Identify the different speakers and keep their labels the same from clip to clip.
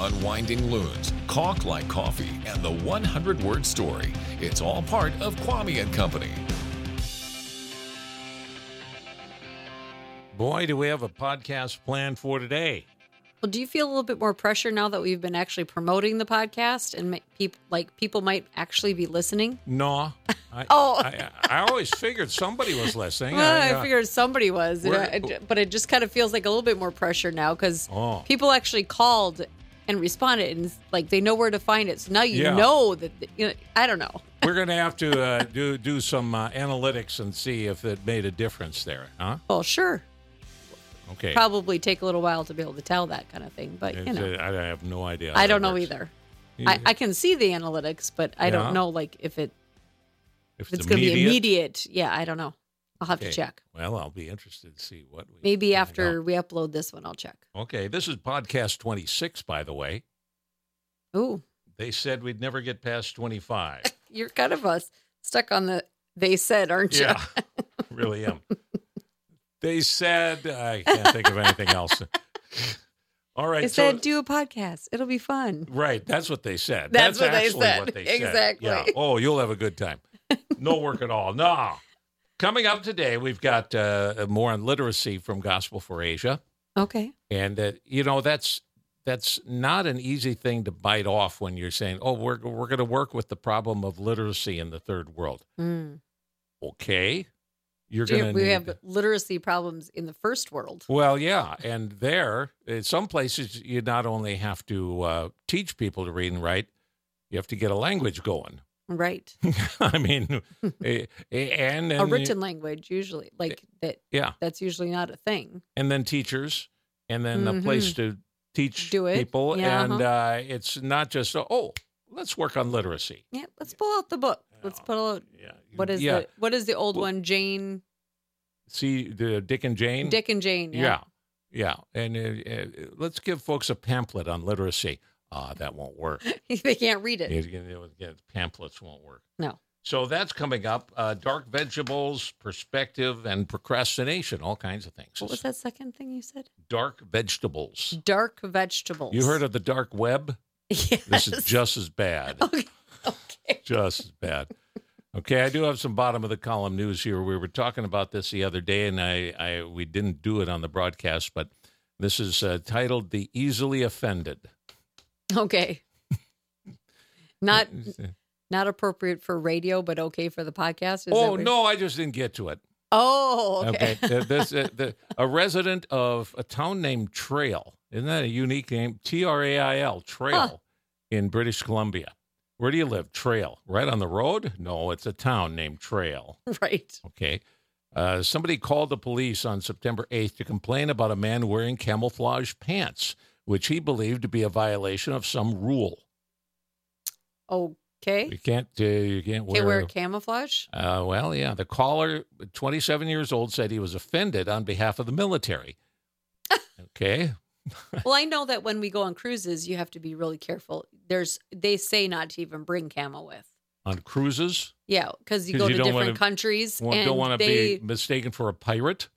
Speaker 1: Unwinding Loons, Caulk Like Coffee, and The 100 Word Story. It's all part of Kwame and Company.
Speaker 2: Boy, do we have a podcast planned for today.
Speaker 3: Well, do you feel a little bit more pressure now that we've been actually promoting the podcast and people like people might actually be listening?
Speaker 2: No. I,
Speaker 3: Oh.
Speaker 2: I, I always figured somebody was listening. I,
Speaker 3: Well, I
Speaker 2: uh,
Speaker 3: figured somebody was, and
Speaker 2: We're-
Speaker 3: I- it- but it just kind of feels like a little bit more pressure now because
Speaker 2: Oh.
Speaker 3: people actually called and responded, and like they know where to find it. So now you
Speaker 2: Yeah.
Speaker 3: know that you know, I don't know.
Speaker 2: We're going to have to uh, do do some uh, analytics and see if it made a difference there, huh?
Speaker 3: Well, sure,
Speaker 2: Okay.
Speaker 3: probably take a little while to be able to tell that kind of thing, but you
Speaker 2: It's,
Speaker 3: know,
Speaker 2: uh, I have no idea. how
Speaker 3: I
Speaker 2: that
Speaker 3: don't know
Speaker 2: works.
Speaker 3: either. I, I can see the analytics, but I
Speaker 2: Yeah.
Speaker 3: don't know like if it
Speaker 2: If
Speaker 3: if it's going to be immediate. Yeah, I don't know. I'll have
Speaker 2: okay.
Speaker 3: to check.
Speaker 2: Well, I'll be interested to see what we
Speaker 3: Maybe
Speaker 2: find
Speaker 3: after
Speaker 2: out.
Speaker 3: we upload this one, I'll check.
Speaker 2: Okay, this is podcast 26 by the way.
Speaker 3: Ooh,
Speaker 2: They said we'd never get past 25.
Speaker 3: you're kind of us stuck on the they said, aren't you?
Speaker 2: Yeah, really am. They said I can't think of anything else. All right,
Speaker 3: They
Speaker 2: so-
Speaker 3: said, do a podcast. It'll be fun.
Speaker 2: right. That's what they said.
Speaker 3: That's what they
Speaker 2: actually
Speaker 3: said.
Speaker 2: what they said.
Speaker 3: Exactly.
Speaker 2: Yeah. Oh, you'll have a good time. No work at all. No. Coming up today, we've got uh, more on literacy from Gospel for Asia,
Speaker 3: Okay.
Speaker 2: and uh, you know that's that's not an easy thing to bite off when you're saying, "Oh, we're we're going to work with the problem of literacy in the third world."
Speaker 3: Mm.
Speaker 2: Okay, you're
Speaker 3: Do you-
Speaker 2: going to
Speaker 3: we
Speaker 2: need
Speaker 3: have literacy problems in the first world.
Speaker 2: Well, yeah, and there, in some places, you not only have to uh, teach people to read and write, you have to get a language going.
Speaker 3: Right.
Speaker 2: I mean, eh, eh, and, and
Speaker 3: a written language, usually. Like that.
Speaker 2: yeah,
Speaker 3: That's usually not a thing.
Speaker 2: and then teachers, and then a place to teach
Speaker 3: Mm-hmm. Do it.
Speaker 2: people,
Speaker 3: Yeah, uh-huh.
Speaker 2: and uh it's not just oh, let's work on literacy.
Speaker 3: Yeah. Let's pull out the book. Let's pull out.
Speaker 2: Yeah,
Speaker 3: What is
Speaker 2: yeah?
Speaker 3: the what is the old
Speaker 2: Well-
Speaker 3: one? Jane,
Speaker 2: See the Dick and Jane.
Speaker 3: Dick and Jane.
Speaker 2: Yeah. Yeah, and uh, uh, let's give folks a pamphlet on literacy. Ah, that won't work.
Speaker 3: they can't read it.
Speaker 2: It- it- it- it- pamphlets won't work.
Speaker 3: No.
Speaker 2: So that's coming up. Uh, dark vegetables, perspective, and procrastination, all kinds of things.
Speaker 3: What was that second thing you said?
Speaker 2: Dark vegetables.
Speaker 3: Dark vegetables.
Speaker 2: You heard of the dark web?
Speaker 3: Yes.
Speaker 2: This is just as bad.
Speaker 3: okay. okay.
Speaker 2: Just as bad. Okay, I do have some bottom of the column news here. We were talking about this the other day, and I, I we didn't do it on the broadcast, but this is uh, titled "The Easily Offended."
Speaker 3: Okay. Not not appropriate for radio, but okay for the podcast. Is that
Speaker 2: oh
Speaker 3: what-
Speaker 2: no, I just didn't get to it.
Speaker 3: Oh, okay.
Speaker 2: Uh, this, uh, the, a resident of a town named Trail. Isn't that a unique name? T R A I L, Trail,
Speaker 3: Huh.
Speaker 2: in British Columbia. Where do you live? Trail. Right on the road? No, it's a town named Trail.
Speaker 3: right.
Speaker 2: Okay. Uh, somebody called the police on September 8th to complain about a man wearing camouflage pants, which he believed to be a violation of some rule. You
Speaker 3: Okay.
Speaker 2: can't, uh, you can't
Speaker 3: Okay, wear camouflage.
Speaker 2: Uh, well, yeah. The caller, 27 years old, said he was offended on behalf of the military. okay.
Speaker 3: Well, I know that when we go on cruises, you have to be really careful. There's they say not to even bring camo with.
Speaker 2: On cruises,
Speaker 3: Yeah, because you
Speaker 2: 'Cause
Speaker 3: go
Speaker 2: you
Speaker 3: to
Speaker 2: don't
Speaker 3: different
Speaker 2: wanna-
Speaker 3: countries
Speaker 2: One-
Speaker 3: and
Speaker 2: don't want to
Speaker 3: they
Speaker 2: be mistaken for a pirate.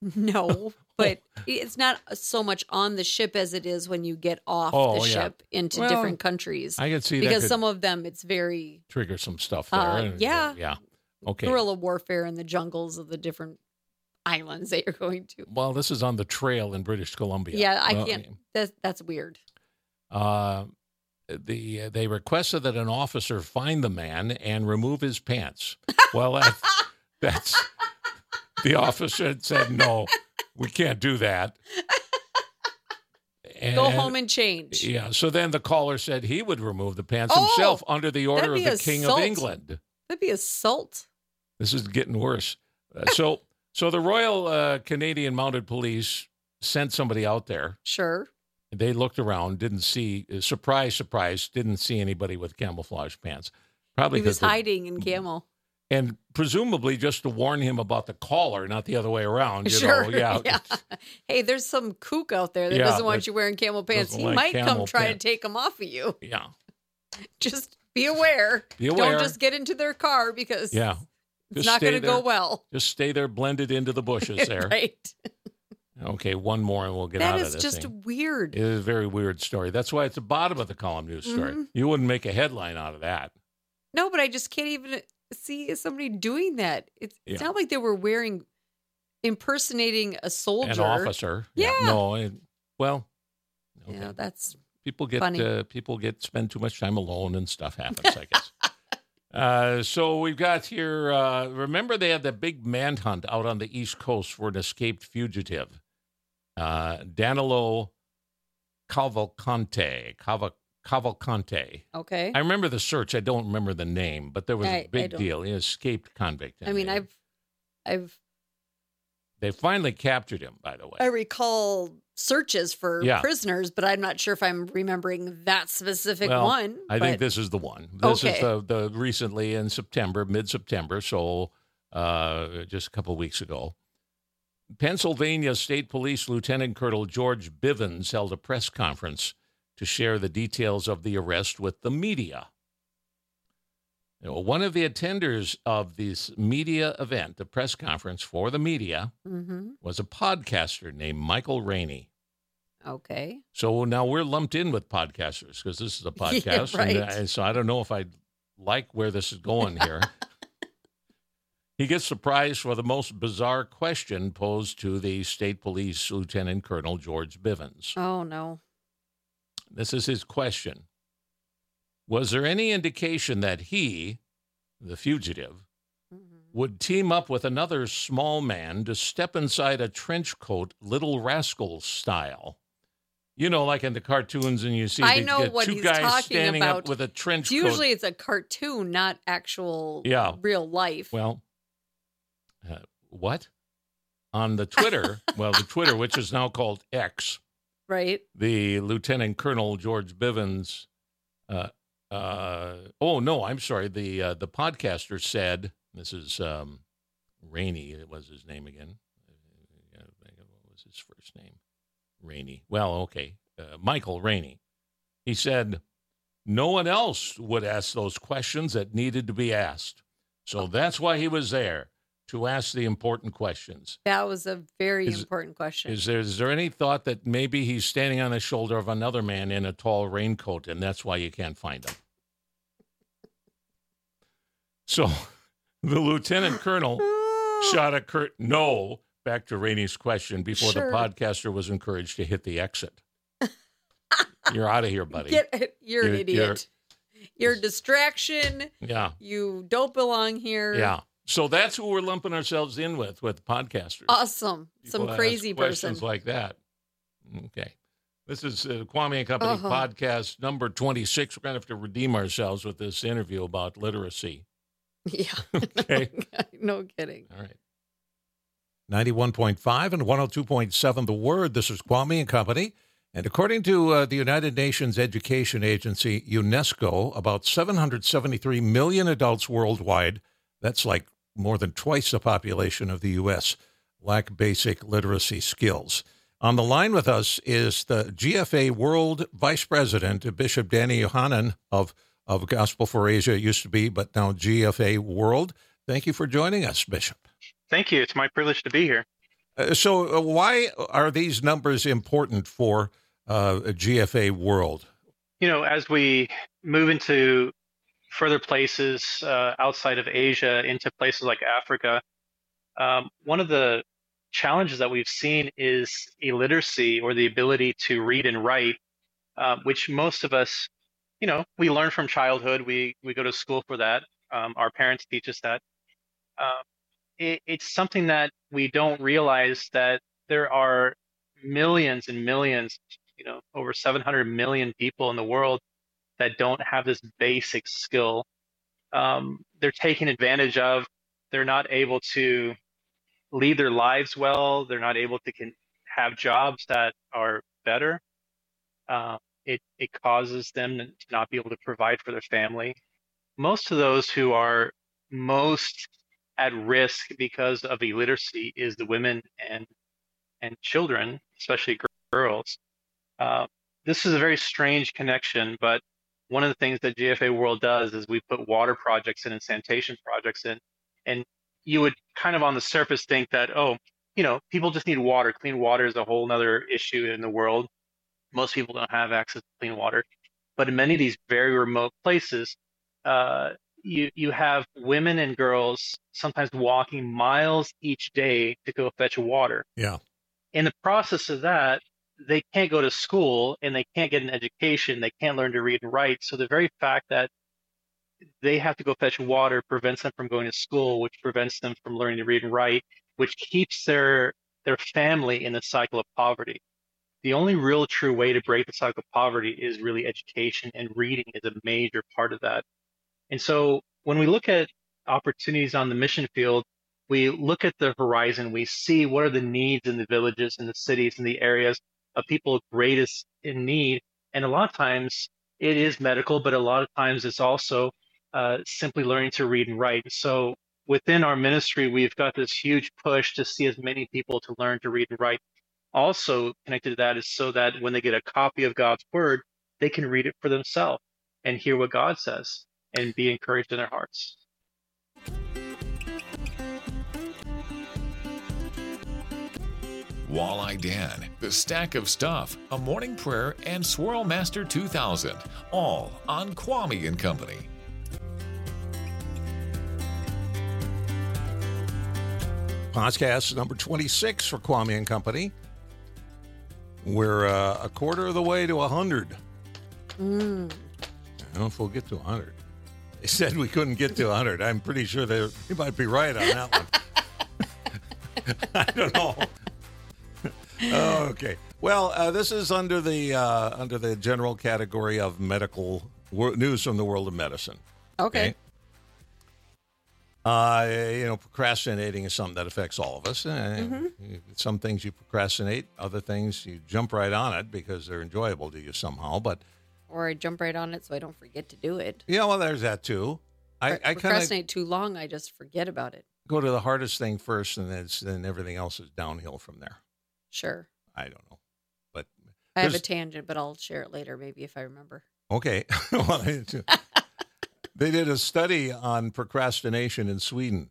Speaker 3: no, but it's not so much on the ship as it is when you get off
Speaker 2: Oh,
Speaker 3: the
Speaker 2: yeah.
Speaker 3: ship into
Speaker 2: Well,
Speaker 3: different countries.
Speaker 2: I can see that
Speaker 3: because
Speaker 2: could
Speaker 3: some of them, it's very
Speaker 2: trigger some stuff there.
Speaker 3: Uh, yeah.
Speaker 2: Yeah. Okay.
Speaker 3: guerrilla warfare in the jungles of the different islands that you're going to.
Speaker 2: Well, this is on the trail in British Columbia.
Speaker 3: Yeah, I
Speaker 2: Well,
Speaker 3: can't. That's that's weird.
Speaker 2: Uh, the uh, they requested that an officer find the man and remove his pants. Well, that, that's the officer had said no, we can't do that.
Speaker 3: Go home and change.
Speaker 2: yeah. So then the caller said he would remove the pants
Speaker 3: Oh,
Speaker 2: himself under the order of the
Speaker 3: that'd be
Speaker 2: King
Speaker 3: assault.
Speaker 2: of England.
Speaker 3: That'd be assault.
Speaker 2: This is getting worse. Uh, so so the Royal uh, Canadian Mounted Police sent somebody out there
Speaker 3: Sure.
Speaker 2: they looked around, didn't see, uh, surprise, surprise, didn't see anybody with camouflage pants. Probably
Speaker 3: He was
Speaker 2: 'cause the-
Speaker 3: hiding in camel.
Speaker 2: and presumably just to warn him about the caller, not the other way around. You
Speaker 3: sure.
Speaker 2: know, yeah.
Speaker 3: Hey, there's some kook out there that
Speaker 2: Yeah,
Speaker 3: doesn't want
Speaker 2: that
Speaker 3: you wearing camel pants.
Speaker 2: doesn't
Speaker 3: He
Speaker 2: like
Speaker 3: might
Speaker 2: camel
Speaker 3: come try
Speaker 2: pants.
Speaker 3: to take them off of you.
Speaker 2: Yeah.
Speaker 3: Just be aware.
Speaker 2: Be aware.
Speaker 3: Don't just get into their car because
Speaker 2: Yeah.
Speaker 3: it's not
Speaker 2: stay
Speaker 3: going to go
Speaker 2: there-
Speaker 3: well.
Speaker 2: Just stay there blended into the bushes there.
Speaker 3: right.
Speaker 2: Okay, one more and we'll get
Speaker 3: that
Speaker 2: out of
Speaker 3: is
Speaker 2: this
Speaker 3: just
Speaker 2: thing.
Speaker 3: weird.
Speaker 2: It is a very weird story. That's why it's the bottom of the column news story.
Speaker 3: Mhm.
Speaker 2: You wouldn't make a headline out of that.
Speaker 3: No, but I just can't even see somebody doing that. It's, it's
Speaker 2: Yeah.
Speaker 3: not like they were wearing impersonating a soldier.
Speaker 2: An officer.
Speaker 3: Yeah.
Speaker 2: No. It, well. okay.
Speaker 3: Yeah, that's
Speaker 2: people get
Speaker 3: Funny.
Speaker 2: uh, people get spend too much time alone and stuff happens i guess uh, so we've got here uh, remember they had that big manhunt out on the east coast for an escaped fugitive uh, danilo cavalcante Caval- cavalcante
Speaker 3: okay.
Speaker 2: i remember the search i don't remember the name but there was
Speaker 3: I- I
Speaker 2: a big
Speaker 3: don't-
Speaker 2: deal he escaped convict
Speaker 3: I mean,
Speaker 2: they,
Speaker 3: I've, I've,
Speaker 2: they finally captured him by the way
Speaker 3: I recall searches for
Speaker 2: Yeah.
Speaker 3: prisoners, but I'm not sure if I'm remembering that specific
Speaker 2: Well,
Speaker 3: one.
Speaker 2: I think
Speaker 3: but
Speaker 2: this is the one. This
Speaker 3: Okay.
Speaker 2: is the, the recently in September, mid September, so uh, just a couple weeks ago. Pennsylvania State Police Lieutenant Colonel George Bivens held a press conference to share the details of the arrest with the media. You know, one of the attenders of this media event, the press conference for the media,
Speaker 3: Mhm.
Speaker 2: was a podcaster named Michael Rainey.
Speaker 3: Okay.
Speaker 2: So now we're lumped in with podcasters because this is a
Speaker 3: Yeah,
Speaker 2: podcast. and
Speaker 3: right.
Speaker 2: I- so I don't know if I like where this is going here. he gets the prize for the most bizarre question posed to the state police lieutenant colonel George Bivens.
Speaker 3: Oh no.
Speaker 2: This is his question. Was there any indication that he, the fugitive,
Speaker 3: Mhm.
Speaker 2: would team up with another small man to step inside a trench coat, Little Rascal style. You know, like in the cartoons, and you see
Speaker 3: I
Speaker 2: the-
Speaker 3: know
Speaker 2: the
Speaker 3: what
Speaker 2: two
Speaker 3: he's
Speaker 2: guys
Speaker 3: talking
Speaker 2: standing up
Speaker 3: about.
Speaker 2: with a trench
Speaker 3: It's
Speaker 2: coat.
Speaker 3: usually it's a cartoon, not actual
Speaker 2: Yeah.
Speaker 3: real life.
Speaker 2: well, uh, what? On the Twitter, well, the Twitter, which is now called X,
Speaker 3: right?
Speaker 2: the Lieutenant Colonel George Bivens. Uh, uh, oh no, I'm sorry. The uh, the podcaster said this is um, Rainey. It was his name again. I gotta think of What was his first name? Rainey. Well, okay, uh, Michael Rainey. He said no one else would ask those questions that needed to be asked, so that's why he was there to ask the important questions.
Speaker 3: That was a very
Speaker 2: Is-
Speaker 3: important question.
Speaker 2: Is there is there any thought that maybe he's standing on the shoulder of another man in a tall raincoat, and that's why you can't find him? So, the lieutenant colonel
Speaker 3: Oh.
Speaker 2: shot a curt no back to Rainey's question before
Speaker 3: Sure.
Speaker 2: the podcaster was encouraged to hit the exit. You're out of here, buddy.
Speaker 3: Get, you're, an
Speaker 2: You're-
Speaker 3: idiot. You're, a distraction.
Speaker 2: yeah,
Speaker 3: You don't belong here.
Speaker 2: yeah. So that's who we're lumping ourselves in with with podcasters.
Speaker 3: Awesome.
Speaker 2: People
Speaker 3: Some
Speaker 2: that ask
Speaker 3: crazy person.
Speaker 2: questions like that. Okay. This is uh, Kwame and Company
Speaker 3: Uh-huh.
Speaker 2: podcast number 26. We're going to have to redeem ourselves with this interview about literacy.
Speaker 3: yeah.
Speaker 2: Okay.
Speaker 3: no kidding.
Speaker 2: All right.
Speaker 4: 91.5 and 102.7 The Word. This is Kwame and Company. And according to uh, the United Nations Education Agency, UNESCO, about 773 million adults worldwide, that's like more than twice the population of the U.S., lack basic literacy skills. On the line with us is the GFA World Vice President, Bishop Danny Yohanan of, of Gospel for Asia, it used to be, but now GFA World. Thank you for joining us, Bishop.
Speaker 5: Thank you. It's my privilege to be here.
Speaker 4: Uh, so, uh, why are these numbers important for uh, GFA World?
Speaker 5: You know, as we move into further places uh, outside of Asia, into places like Africa, um, one of the challenges that we've seen is illiteracy or the ability to read and write, uh, which most of us, you know, we learn from childhood. We we go to school for that. Um, our parents teach us that. Um, it, it's something that we don't realize that there are millions and millions you know over 700 million people in the world that don't have this basic skill um, they're taken advantage of they're not able to lead their lives well they're not able to can, have jobs that are better uh, it, it causes them to not be able to provide for their family most of those who are most at risk because of illiteracy is the women and and children especially gir- girls uh, this is a very strange connection, but one of the things that GFA World does is we put water projects in and sanitation projects in, and you would kind of on the surface think that oh, you know, people just need water. Clean water is a whole nother issue in the world. Most people don't have access to clean water. But in many of these very remote places, uh, you you have women and girls sometimes walking miles each day to go fetch water.
Speaker 2: Yeah.
Speaker 5: In the process of that, they can't go to school and they can't get an education. They can't learn to read and write. So the very fact that they have to go fetch water prevents them from going to school, which prevents them from learning to read and write, which keeps their their family in the cycle of poverty. The only real true way to break the cycle of poverty is really education, and reading is a major part of that. And so when we look at opportunities on the mission field, we look at the horizon, we see what are the needs in the villages and the cities and the areas of people greatest in need. And a lot of times it is medical, but a lot of times it's also uh, simply learning to read and write. So within our ministry, we've got this huge push to see as many people to learn to read and write. Also connected to that is so that when they get a copy of God's word, they can read it for themselves and hear what God says and be encouraged in their hearts.
Speaker 1: Walleye Dan, The Stack of Stuff, A Morning Prayer, and Swirl Master 2000, all on Kwame and Company.
Speaker 2: Podcast number 26 for Kwame and Company. We're uh, a quarter of the way to 100.
Speaker 3: Mm.
Speaker 2: I don't know if we'll get to 100. They said we couldn't get to 100. I'm pretty sure they, they might be right on that one. I don't know. oh, okay. Well, uh, this is under the uh, under the general category of medical wor- news from the world of medicine.
Speaker 3: Okay.
Speaker 2: Uh, you know, procrastinating is something that affects all of us. And Some things you procrastinate, other things you jump right on it because they're enjoyable to you somehow. But
Speaker 3: Or I jump right on it so I don't forget to do it.
Speaker 2: yeah, well, there's that too. I,
Speaker 3: Pro-
Speaker 2: I kind of
Speaker 3: procrastinate too long, I just forget about it.
Speaker 2: go to the hardest thing first, and then, it's- then everything else is downhill from there.
Speaker 3: Sure.
Speaker 2: I don't know, but
Speaker 3: I have a
Speaker 2: There's-
Speaker 3: tangent, but I'll share it later, maybe if I remember.
Speaker 2: Okay. well, they, they did a study on procrastination in Sweden.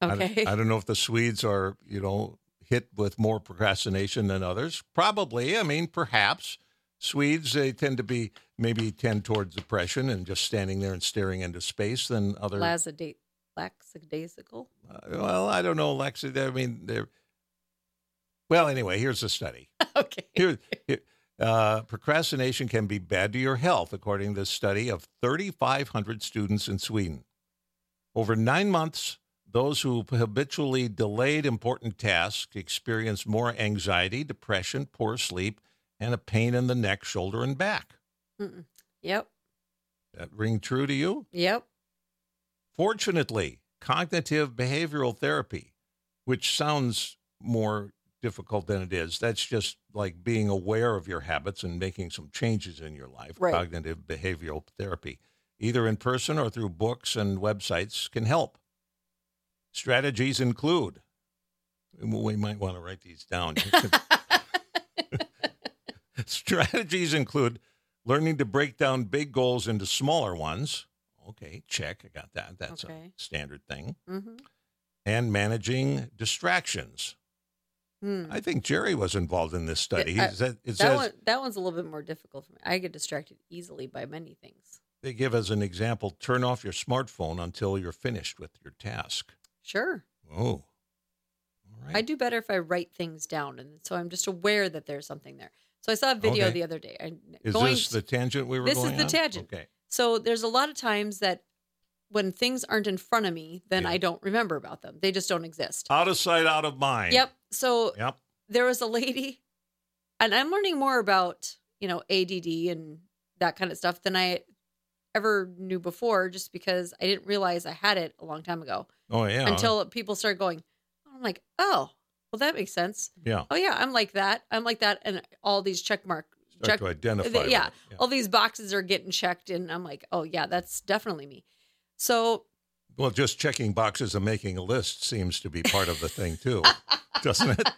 Speaker 2: I don't-
Speaker 3: Okay.
Speaker 2: I, don't know if the Swedes are, you know, hit with more procrastination than others. Probably. I mean, perhaps. Swedes, they tend to be maybe tend towards depression and just standing there and staring into space than other.
Speaker 3: Lazada- Lackadaisical.
Speaker 2: Uh, well, I don't know, Lexi. they- I mean, they're. Well, anyway, here's the study.
Speaker 3: Okay.
Speaker 2: Here, here- uh, procrastination can be bad to your health, according to a study of 3,500 students in Sweden. Over nine months, those who habitually delayed important tasks experienced more anxiety, depression, poor sleep, and a pain in the neck, shoulder, and back.
Speaker 3: Mm-mm. Yep.
Speaker 2: That ring true to you?
Speaker 3: Yep.
Speaker 2: Fortunately, cognitive behavioral therapy, which sounds more difficult than it is, that's just like being aware of your habits and making some changes in your life.
Speaker 3: Right.
Speaker 2: Cognitive behavioral therapy, either in person or through books and websites, can help. Strategies include we might want to write these down. Strategies include learning to break down big goals into smaller ones. Okay, check. I got that. That's
Speaker 3: Okay.
Speaker 2: a standard thing.
Speaker 3: Mm-hmm.
Speaker 2: And managing distractions.
Speaker 3: Hmm.
Speaker 2: I think Jerry was involved in this study. He
Speaker 3: Yeah, I-
Speaker 2: said- it
Speaker 3: that
Speaker 2: says
Speaker 3: one that one's a little bit more difficult for me. I get distracted easily by many things.
Speaker 2: they give as an example turn off your smartphone until you're finished with your task.
Speaker 3: Sure.
Speaker 2: Oh. All right.
Speaker 3: I do better if I write things down and so I'm just aware that there's something there. So I saw a video
Speaker 2: Okay.
Speaker 3: the other day. And
Speaker 2: Is this the tangent we were
Speaker 3: This is
Speaker 2: going
Speaker 3: the
Speaker 2: on?
Speaker 3: tangent.
Speaker 2: Okay.
Speaker 3: So there's a lot of times that when things aren't in front of me, then
Speaker 2: Yeah.
Speaker 3: I don't remember about them. They just don't exist.
Speaker 2: Out of sight, out of mind.
Speaker 3: Yep. So
Speaker 2: Yep.
Speaker 3: there was a lady, and I'm learning more about, you know, ADD and that kind of stuff than I ever knew before just because I didn't realize I had it a long time ago
Speaker 2: Oh, yeah.
Speaker 3: until people started going, I'm like, oh, well, that makes sense.
Speaker 2: yeah.
Speaker 3: Oh, yeah, I'm like that. I'm like that. And all these check mark,
Speaker 2: Start
Speaker 3: check
Speaker 2: to identify.
Speaker 3: the-
Speaker 2: with
Speaker 3: yeah,
Speaker 2: it.
Speaker 3: all these boxes are getting checked. And I'm like, oh, yeah, that's definitely me. So
Speaker 2: Well, just checking boxes and making a list seems to be part of the thing too, doesn't it?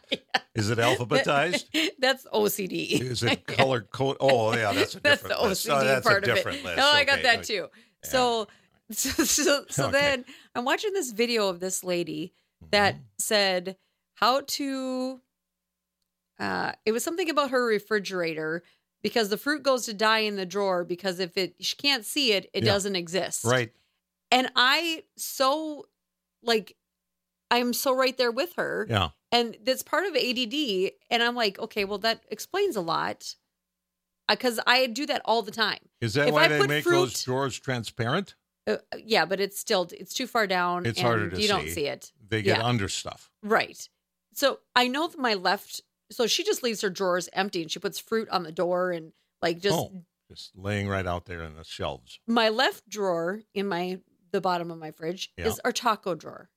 Speaker 2: Is it alphabetized?
Speaker 3: that's OCD.
Speaker 2: Is it color code? Oh, yeah, that's a
Speaker 3: that's
Speaker 2: different
Speaker 3: the
Speaker 2: list.
Speaker 3: OCD
Speaker 2: Oh, that's
Speaker 3: part
Speaker 2: a different
Speaker 3: of it.
Speaker 2: list.
Speaker 3: No, I got
Speaker 2: Okay,
Speaker 3: that
Speaker 2: no,
Speaker 3: too.
Speaker 2: yeah.
Speaker 3: So, so, so, so
Speaker 2: Okay. Mm.
Speaker 3: then I'm watching this video of this lady that said how to uh it was something about her refrigerator because the fruit goes to die in the drawer because if it she can't see it it
Speaker 2: Yeah.
Speaker 3: doesn't exist
Speaker 2: Mm-hmm. Right.
Speaker 3: and i so like i'm so right there with her
Speaker 2: Yeah.
Speaker 3: and that's part of ADD. And I'm like, okay, well, that explains a lot because I do that all the time.
Speaker 2: Is that
Speaker 3: If
Speaker 2: why
Speaker 3: I
Speaker 2: they
Speaker 3: put
Speaker 2: make
Speaker 3: fruit-
Speaker 2: those drawers transparent?
Speaker 3: Uh, yeah, but it's still it's too far down.
Speaker 2: It's
Speaker 3: and
Speaker 2: harder to
Speaker 3: you don't
Speaker 2: see.
Speaker 3: see it,
Speaker 2: They get
Speaker 3: Yeah.
Speaker 2: under stuff.
Speaker 3: right? So I know that my left. So she just leaves her drawers empty and she puts fruit on the door and like just
Speaker 2: oh, just laying right out there in the shelves.
Speaker 3: my left drawer in my the bottom of my fridge
Speaker 2: Yeah.
Speaker 3: is our taco drawer.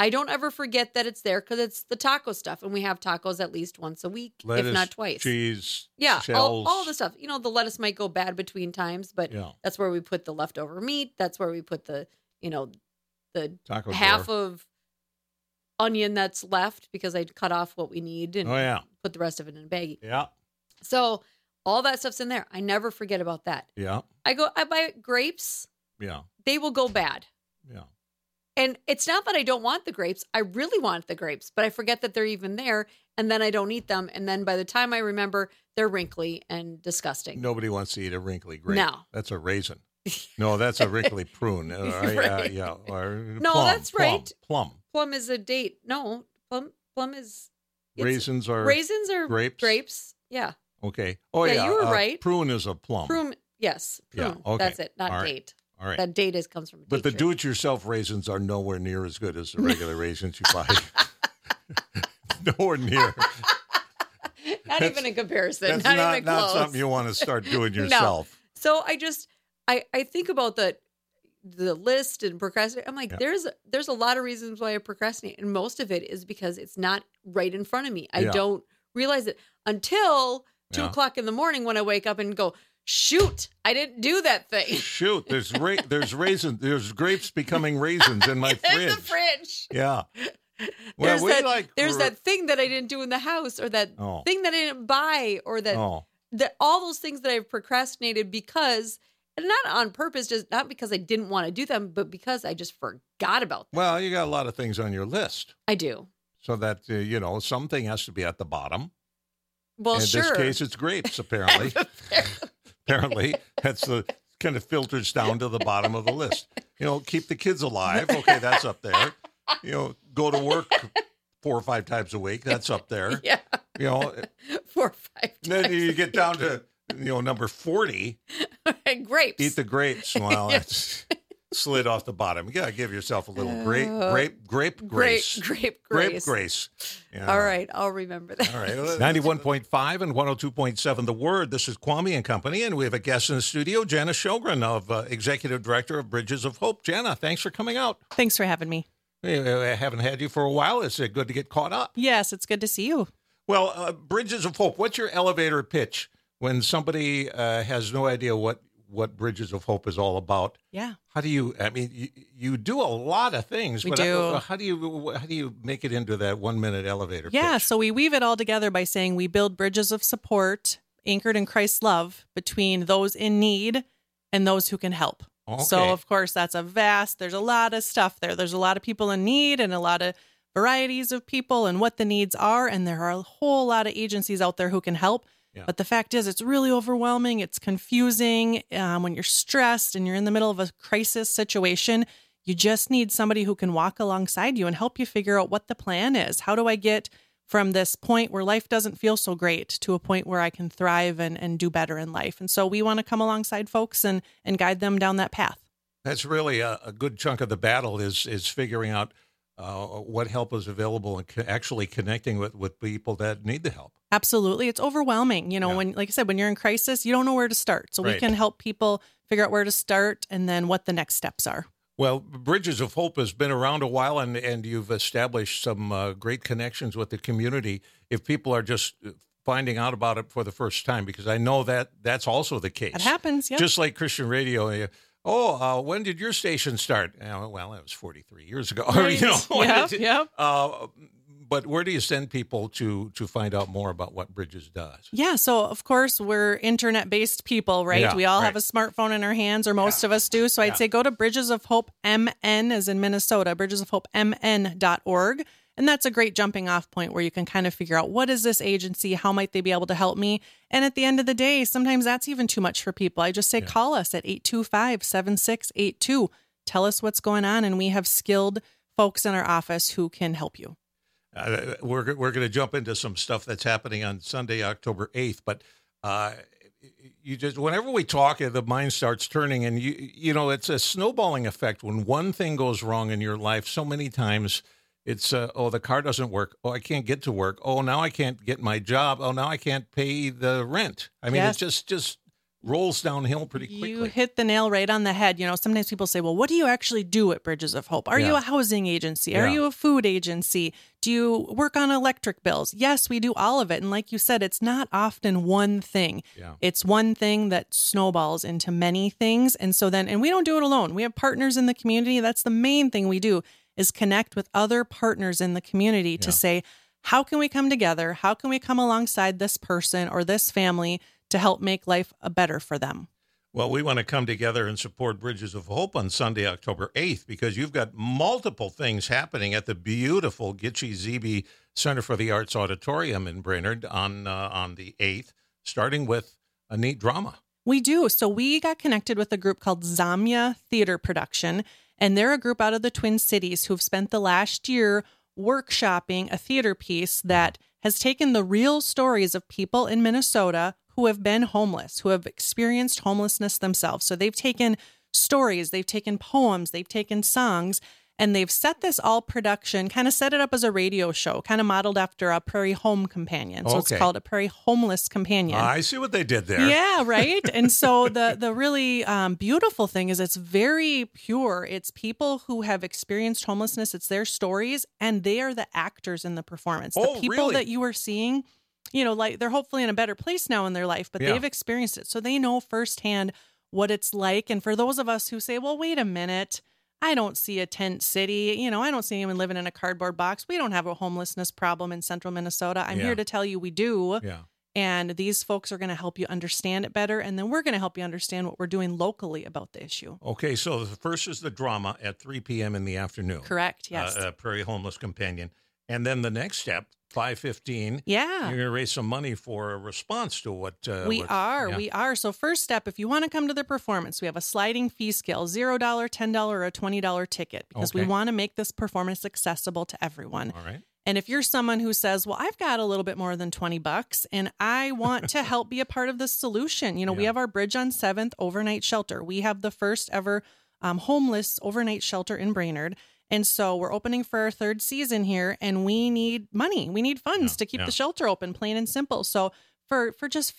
Speaker 3: I don't ever forget that it's there because it's the taco stuff, and we have tacos at least once a week,
Speaker 2: Lettuce,
Speaker 3: if not twice.
Speaker 2: cheese,
Speaker 3: Yeah, all,
Speaker 2: shells.
Speaker 3: all the stuff. You know, the lettuce might go bad between times, but
Speaker 2: Yeah,
Speaker 3: that's where we put the leftover meat. That's where we put the, you know, the
Speaker 2: taco
Speaker 3: half
Speaker 2: drawer.
Speaker 3: of onion that's left because I cut off what we need and
Speaker 2: Oh yeah,
Speaker 3: put the rest of it in a baggie.
Speaker 2: yeah,
Speaker 3: So all that stuff's in there. I never forget about that.
Speaker 2: yeah,
Speaker 3: I go, I buy grapes.
Speaker 2: yeah,
Speaker 3: They will go bad.
Speaker 2: yeah.
Speaker 3: And it's not that I don't want the grapes. I really want the grapes, but I forget that they're even there. And then I don't eat them. And then by the time I remember, they're wrinkly and disgusting.
Speaker 2: Nobody wants to eat a wrinkly grape.
Speaker 3: No.
Speaker 2: that's a raisin. No, that's a wrinkly prune. All right,
Speaker 3: Right.
Speaker 2: yeah, yeah. Or
Speaker 3: No,
Speaker 2: plum,
Speaker 3: that's
Speaker 2: plum,
Speaker 3: right.
Speaker 2: Plum,
Speaker 3: plum is a date. No, plum plum is it's-
Speaker 2: raisins are
Speaker 3: raisins are
Speaker 2: grapes?
Speaker 3: grapes. Yeah,
Speaker 2: okay. Oh yeah,
Speaker 3: Yeah, you were
Speaker 2: uh,
Speaker 3: right.
Speaker 2: Prune is a plum.
Speaker 3: prune. Yes, prune.
Speaker 2: Um, Yeah, okay.
Speaker 3: That's it. Not
Speaker 2: All right.
Speaker 3: date.
Speaker 2: All right,
Speaker 3: That date is comes from. A
Speaker 2: but the
Speaker 3: date tree.
Speaker 2: do-it-yourself raisins are nowhere near as good as the regular raisins you buy. nowhere near.
Speaker 3: not
Speaker 2: that's-
Speaker 3: even in comparison.
Speaker 2: That's
Speaker 3: not,
Speaker 2: not,
Speaker 3: even
Speaker 2: not
Speaker 3: close.
Speaker 2: something you want to start doing yourself.
Speaker 3: so I just I I think about the the list and procrastinate. I'm like,
Speaker 2: Yeah.
Speaker 3: there's there's a lot of reasons why I procrastinate, and most of it is because it's not right in front of me. I
Speaker 2: Yeah.
Speaker 3: don't realize it until two
Speaker 2: Yeah.
Speaker 3: o'clock in the morning when I wake up and go, shoot, I didn't do that thing.
Speaker 2: Shoot, there's ra- there's raisins, there's grapes becoming raisins in my
Speaker 3: in
Speaker 2: fridge.
Speaker 3: the fridge.
Speaker 2: Yeah.
Speaker 3: there's
Speaker 2: we
Speaker 3: that,
Speaker 2: like
Speaker 3: there's
Speaker 2: gr-
Speaker 3: that thing that I didn't do in the house, or that
Speaker 2: Oh.
Speaker 3: thing that I didn't buy, or that,
Speaker 2: Oh,
Speaker 3: that all those things that I've procrastinated because, and not on purpose, just not because I didn't want to do them, but because I just forgot about them.
Speaker 2: well, you got a lot of things on your list,
Speaker 3: I do.
Speaker 2: so that uh, you know something has to be at the bottom.
Speaker 3: Well,
Speaker 2: in
Speaker 3: sure.
Speaker 2: this case, it's grapes. Apparently, apparently, that's the kind of filters down to the bottom of the list. You know, keep the kids alive. Okay, that's up there. You know, go to work four or five times a week. That's up there.
Speaker 3: yeah,
Speaker 2: You know,
Speaker 3: four or five.
Speaker 2: And then
Speaker 3: times.
Speaker 2: you get down to you know number forty.
Speaker 3: grapes.
Speaker 2: Eat the grapes. Well, that's slid off the bottom. You gotta give yourself a little grape,
Speaker 3: Uh,
Speaker 2: grape, grape grace,
Speaker 3: grape, grape,
Speaker 2: grape
Speaker 3: grace.
Speaker 2: grace. Yeah.
Speaker 3: All right, I'll remember that.
Speaker 2: All right. Well, point five and one hundred two point seven. The word. This is Kwame and Company, and we have a guest in the studio, Janice Shogren of uh, Executive Director of Bridges of Hope. Jana, thanks for coming out.
Speaker 6: Thanks for having me.
Speaker 2: Hey, I haven't had you for a while. It's uh, good to get caught up.
Speaker 6: Yes, it's good to see you.
Speaker 2: Well, uh, Bridges of Hope. What's your elevator pitch when somebody uh, has no idea what what Bridges of Hope is all about?
Speaker 6: Yeah.
Speaker 2: How do you? I mean, you, you do a lot of things.
Speaker 6: We
Speaker 2: but
Speaker 6: do.
Speaker 2: uh, how do you? How do you make it into that one minute elevator?
Speaker 6: Yeah.
Speaker 2: pitch?
Speaker 6: So we weave it all together by saying we build bridges of support anchored in Christ's love between those in need and those who can help.
Speaker 2: Okay.
Speaker 6: So, of course, that's a vast, there's a lot of stuff there. There's a lot of people in need and a lot of varieties of people and what the needs are. And there are a whole lot of agencies out there who can help.
Speaker 2: Yeah.
Speaker 6: But the fact is, it's really overwhelming. It's confusing. Um, when you're stressed and you're in the middle of a crisis situation, you just need somebody who can walk alongside you and help you figure out what the plan is. How do I get from this point where life doesn't feel so great to a point where I can thrive and, and do better in life? And so we want to come alongside folks and, and guide them down that path.
Speaker 2: that's really a, a good chunk of the battle is is figuring out uh, what help is available and co- actually connecting with with people that need the help.
Speaker 6: Absolutely. It's overwhelming. You know,
Speaker 2: Yeah.
Speaker 6: when, like I said, when you're in crisis, you don't know where to start. So
Speaker 2: Right.
Speaker 6: we can help people figure out where to start and then what the next steps are.
Speaker 2: Well, Bridges of Hope has been around a while, and, and you've established some uh, great connections with the community. If people are just uh, finding out about it for the first time, because I know that that's also the case.
Speaker 6: That happens. Yeah.
Speaker 2: Just like Christian radio. you- oh, uh, when did your station start? Uh, well, that was 43 years ago. Or, you know, when
Speaker 6: yep,
Speaker 2: did-
Speaker 6: yep.
Speaker 2: Uh, but where do you send people to to find out more about what Bridges does?
Speaker 6: Yeah. So, of course, we're internet based people, right?
Speaker 2: Yeah,
Speaker 6: we all
Speaker 2: right.
Speaker 6: have a smartphone in our hands, or most of us do. So,
Speaker 2: Yeah.
Speaker 6: I'd say go to Bridges of Hope MN, as in Minnesota, bridgesofhopemn.org. And that's a great jumping off point where you can kind of figure out what is this agency? How might they be able to help me? And at the end of the day, sometimes that's even too much for people. I just say,
Speaker 2: Yeah.
Speaker 6: call us at 825 7682. Tell us what's going on. And we have skilled folks in our office who can help you.
Speaker 2: Uh, we're go- we're going to jump into some stuff that's happening on Sunday, October eighth. But uh, you just whenever we talk, the mind starts turning, and you you know it's a snowballing effect. When one thing goes wrong in your life, so many times it's uh, oh the car doesn't work, oh I can't get to work, oh now I can't get my job, oh now I can't pay the rent. I mean
Speaker 6: Yes.
Speaker 2: it just just rolls downhill pretty quickly.
Speaker 6: You hit the nail right on the head. You know, sometimes people say, well, what do you actually do at Bridges of Hope? Are you
Speaker 2: Yeah.
Speaker 6: a housing agency? Are
Speaker 2: Yeah.
Speaker 6: you a food agency? Do you work on electric bills? Yes, we do all of it. And like you said, it's not often one thing.
Speaker 2: Yeah.
Speaker 6: It's one thing that snowballs into many things. And so then, and we don't do it alone. We have partners in the community. That's the main thing we do is connect with other partners in the community to
Speaker 2: Yeah.
Speaker 6: say, how can we come together? How can we come alongside this person or this family to help make life uh, better for them?
Speaker 2: Well, we want to come together and support Bridges of Hope on Sunday, October 8th, because you've got multiple things happening at the beautiful Gitche Zebe Center for the Arts Auditorium in Brainerd on uh, on the 8th, starting with a neat drama.
Speaker 6: We do. So we got connected with a group called Zamya Theater Production, and they're a group out of the Twin Cities who've spent the last year workshopping a theater piece that has taken the real stories of people in Minnesota who have been homeless, who have experienced homelessness themselves. So they've taken stories, they've taken poems, they've taken songs, and they've set this all production, kind of set it up as a radio show, kind of modeled after a prairie home companion.
Speaker 2: Okay.
Speaker 6: So it's called a prairie homeless companion.
Speaker 2: I see what they did there.
Speaker 6: Yeah, right. And so the the really um, beautiful thing is it's very pure. It's people who have experienced homelessness. It's their stories, and they are the actors in the performance.
Speaker 2: Oh,
Speaker 6: the people
Speaker 2: really?
Speaker 6: that you are seeing, you know, like they're hopefully in a better place now in their life, but
Speaker 2: Yeah.
Speaker 6: they've experienced it, so they know firsthand what it's like. And for those of us who say, "Well, wait a minute." I don't see a tent city. You know, I don't see anyone living in a cardboard box. We don't have a homelessness problem in central Minnesota. I'm
Speaker 2: Yeah.
Speaker 6: here to tell you we do.
Speaker 2: Yeah.
Speaker 6: And these folks are going to help you understand it better. And then we're going to help you understand what we're doing locally about the issue.
Speaker 2: Okay, so the first is the drama at 3 p.m. in the afternoon.
Speaker 6: Correct. Yes.
Speaker 2: Oh, Uh, uh, Prairie Homeless Companion. And then the next step, 515,
Speaker 6: yeah.
Speaker 2: you're going to raise some money for a response to what uh,
Speaker 6: we
Speaker 2: what-
Speaker 6: are.
Speaker 2: yeah.
Speaker 6: We are. So, first step, if you want to come to the performance, we have a sliding fee scale $0, $10, or a $20 ticket because we
Speaker 2: Okay.
Speaker 6: want to make this performance accessible to everyone.
Speaker 2: All right.
Speaker 6: And if you're someone who says, "Well, I've got a little bit more than 20 bucks and I want to help be a part of this solution." You know, we
Speaker 2: Yeah.
Speaker 6: have our Bridge on 7th overnight shelter. We have the first ever um, homeless overnight shelter in Brainerd. And so we're opening for our third season here and we need money. We need funds
Speaker 2: Yeah,
Speaker 6: to keep
Speaker 2: yeah.
Speaker 6: the shelter open, plain and simple. So for for just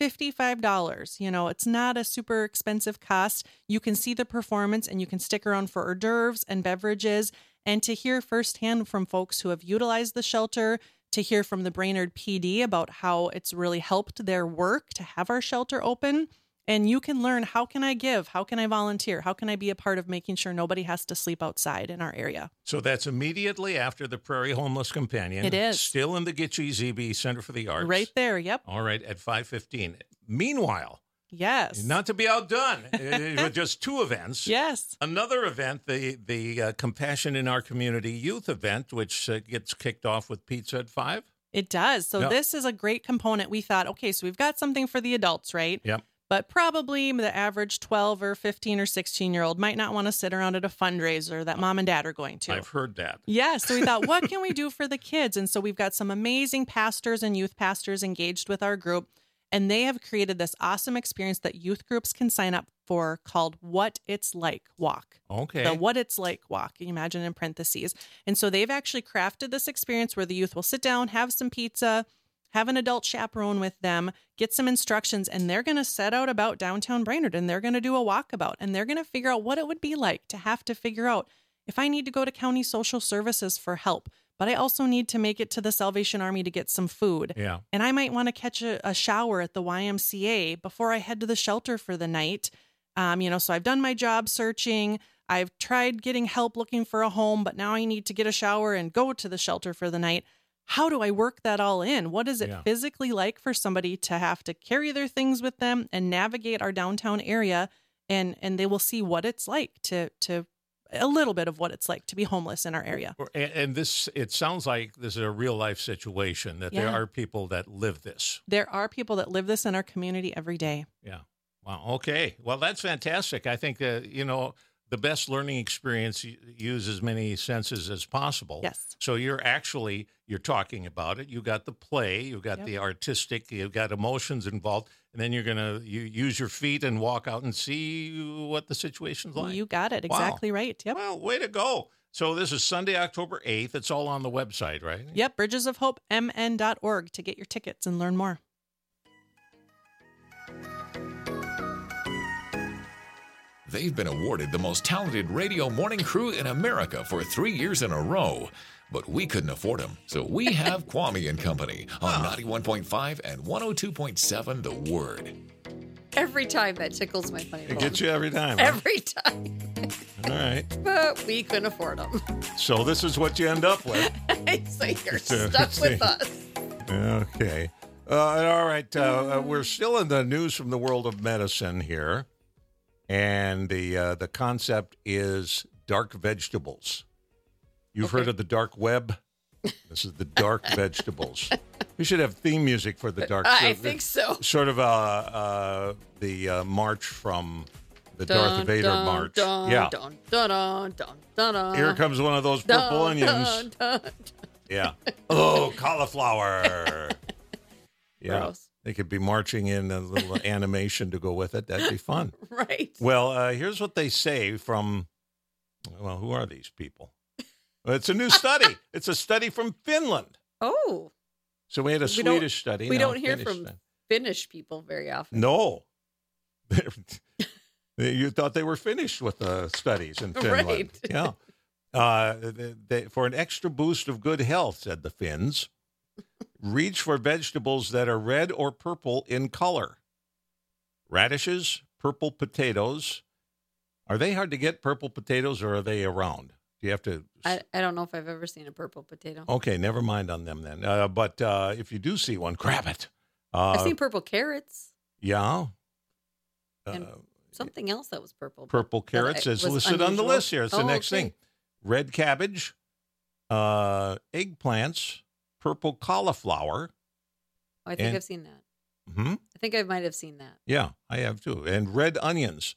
Speaker 6: $55, you know, it's not a super expensive cost. You can see the performance and you can stick around for hors d'oeuvres and beverages and to hear firsthand from folks who have utilized the shelter, to hear from the Brainerd PD about how it's really helped their work to have our shelter open. And you can learn how can I give? How can I volunteer? How can I be a part of making sure nobody has to sleep outside in our area?
Speaker 2: So that's immediately after the Prairie Homeless Companion.
Speaker 6: It is.
Speaker 2: still in the Gitche ZB Center for the Arts.
Speaker 6: Right there. Yep.
Speaker 2: All right, at five fifteen. Meanwhile,
Speaker 6: Yes.
Speaker 2: not to be outdone uh, with just two events.
Speaker 6: yes.
Speaker 2: Another event, the the uh, Compassion in Our Community Youth event, which uh, gets kicked off with pizza at five.
Speaker 6: It does. So
Speaker 2: Yeah.
Speaker 6: this is a great component. We thought, okay, so we've got something for the adults, right?
Speaker 2: Yep.
Speaker 6: But probably the average 12 or 15 or 16 year old might not want to sit around at a fundraiser that mom and dad are going to.
Speaker 2: I've heard that.
Speaker 6: Yeah. So we thought, what can we do for the kids? And so we've got some amazing pastors and youth pastors engaged with our group. And they have created this awesome experience that youth groups can sign up for called What It's Like Walk.
Speaker 2: Okay.
Speaker 6: The What It's Like Walk, you imagine in parentheses. And so they've actually crafted this experience where the youth will sit down, have some pizza, have an adult chaperone with them, get some instructions, and they're going to set out about downtown Brainerd and they're going to do a walkabout and they're going to figure out what it would be like to have to figure out if I need to go to county social services for help, but I also need to make it to the Salvation Army to get some food.
Speaker 2: yeah.
Speaker 6: And I might want to catch a, a shower at the YMCA before I head to the shelter for the night. Um, you know, so I've done my job searching. I've tried getting help looking for a home, but now I need to get a shower and go to the shelter for the night. How do I work that all in? What is it
Speaker 2: Yeah.
Speaker 6: physically like for somebody to have to carry their things with them and navigate our downtown area? And and they will see what it's like to to a little bit of what it's like to be homeless in our area.
Speaker 2: Or- And, and this, it sounds like this is a real life situation that there
Speaker 6: Yeah.
Speaker 2: are people that live this.
Speaker 6: There are people that live this in our community every day.
Speaker 2: Wow. Okay. Well, that's fantastic. I think uh, you know the best learning experience y- use as many senses as possible.
Speaker 6: Yes.
Speaker 2: So you're actually you're talking about it. You got the play. You got
Speaker 6: Yep.
Speaker 2: the artistic. You've got emotions involved, and then you're gonna you use your feet and walk out and see what the situation's like.
Speaker 6: You got it
Speaker 2: Wow.
Speaker 6: exactly right. Yep.
Speaker 2: Well, way to go. So this is Sunday, October eighth. It's all on the website, right?
Speaker 6: Yep, Bridges of Hope bridgesofhopemn.org to get your tickets and learn more.
Speaker 1: They've been awarded the most talented radio morning crew in America for three years in a row. But we couldn't afford them, so we have Kwame and Company on 91.5 and 102.7 The Word.
Speaker 3: Every time that tickles my funny
Speaker 2: It
Speaker 3: bone.
Speaker 2: gets you every time. huh?
Speaker 3: Every time.
Speaker 2: All right.
Speaker 3: But we couldn't afford them.
Speaker 2: So this is what you end up with.
Speaker 3: so you're
Speaker 2: uh,
Speaker 3: stuck with us.
Speaker 2: Okay. Uh, all right. Uh, uh, we're still in the news from the world of medicine here, and the uh, the concept is dark vegetables. You've heard
Speaker 3: Okay.
Speaker 2: of the dark web. This is the dark vegetables. We should have theme music for the dark.
Speaker 3: I think so.
Speaker 2: Sort of uh, uh, the uh, march from the Darth
Speaker 3: Dun,
Speaker 2: Vader
Speaker 3: dun,
Speaker 2: march.
Speaker 3: Dun,
Speaker 2: yeah.
Speaker 3: Dun, dun, dun, dun, dun, dun.
Speaker 2: Here comes one of those purple
Speaker 3: Dun,
Speaker 2: onions.
Speaker 3: dun, dun, dun.
Speaker 2: Yeah. Oh, cauliflower. yeah.
Speaker 3: Gross.
Speaker 2: They could be marching in a little animation to go with it. That'd be fun.
Speaker 3: Right.
Speaker 2: Well, uh, here's what they say from, well, who are these people? Well, it's a new study. it's a study from Finland.
Speaker 3: Oh,
Speaker 2: So we had a
Speaker 3: We don't-
Speaker 2: Swedish study.
Speaker 3: we
Speaker 2: now
Speaker 3: don't
Speaker 2: a
Speaker 3: hear
Speaker 2: Finnish
Speaker 3: from
Speaker 2: study.
Speaker 3: Finnish people very often.
Speaker 2: No. you thought they were finished with the studies in Finland.
Speaker 3: Right.
Speaker 2: Yeah. Uh, they, they- for an extra boost of good health, said the Finns, reach for vegetables that are red or purple in color. Radishes, purple potatoes. Are they hard to get, purple potatoes, or are they around? Do you have to?
Speaker 3: I, I don't know if I've ever seen a purple potato.
Speaker 2: okay, never mind on them then. Uh, but uh, if you do see one, grab it. Uh,
Speaker 3: I've seen purple carrots.
Speaker 2: yeah.
Speaker 3: And-
Speaker 2: Uh,
Speaker 3: Something else that was purple. but
Speaker 2: Purple carrots
Speaker 3: it
Speaker 2: is
Speaker 3: was
Speaker 2: listed on the
Speaker 3: unusual.
Speaker 2: list here. It's the
Speaker 3: Oh,
Speaker 2: next
Speaker 3: okay.
Speaker 2: thing. Red cabbage, uh, eggplants, purple cauliflower.
Speaker 3: Oh, I think
Speaker 2: and-
Speaker 3: I've seen that.
Speaker 2: Hmm?
Speaker 3: I think I might have seen that.
Speaker 2: Yeah, I have too. And red onions.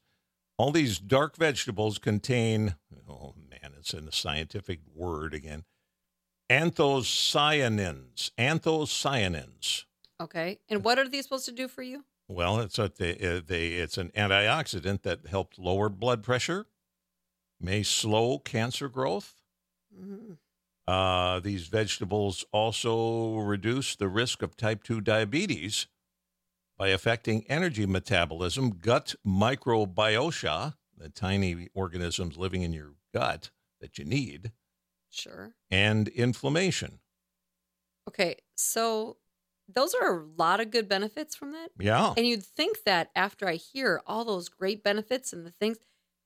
Speaker 2: All these dark vegetables contain, oh man, it's in the scientific word again, anthocyanins. Anthocyanins.
Speaker 3: Okay. And what are these supposed to do for you?
Speaker 2: Well, it's a they, uh, they it's an antioxidant that helps lower blood pressure, may slow cancer growth. Mm-hmm.
Speaker 3: Mm.
Speaker 2: Uh, these vegetables also reduce the risk of type 2 diabetes by affecting energy metabolism, gut microbiota, the tiny organisms living in your gut that you need,
Speaker 3: Sure.
Speaker 2: and inflammation.
Speaker 3: Okay. So those are a lot of good benefits from that.
Speaker 2: Yeah.
Speaker 3: And you'd think that after I hear all those great benefits and the things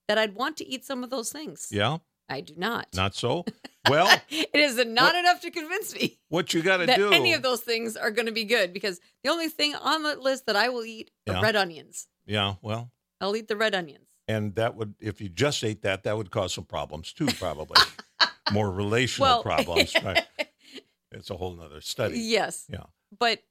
Speaker 3: that I'd want to eat some of those things.
Speaker 2: Yeah.
Speaker 3: I do not.
Speaker 2: Not so. Well,
Speaker 3: it is not enough to convince me
Speaker 2: what you got to
Speaker 3: that
Speaker 2: do.
Speaker 3: any of those things are going to be good because the only thing on the list that I will eat are
Speaker 2: Yeah.
Speaker 3: red onions.
Speaker 2: Yeah. Well,
Speaker 3: I'll eat the red onions.
Speaker 2: and that would, if you just ate that, that would cause some problems too, probably. More relational
Speaker 3: Well-
Speaker 2: problems. Right. It's a whole nother study.
Speaker 3: Yes.
Speaker 2: Yeah.
Speaker 3: But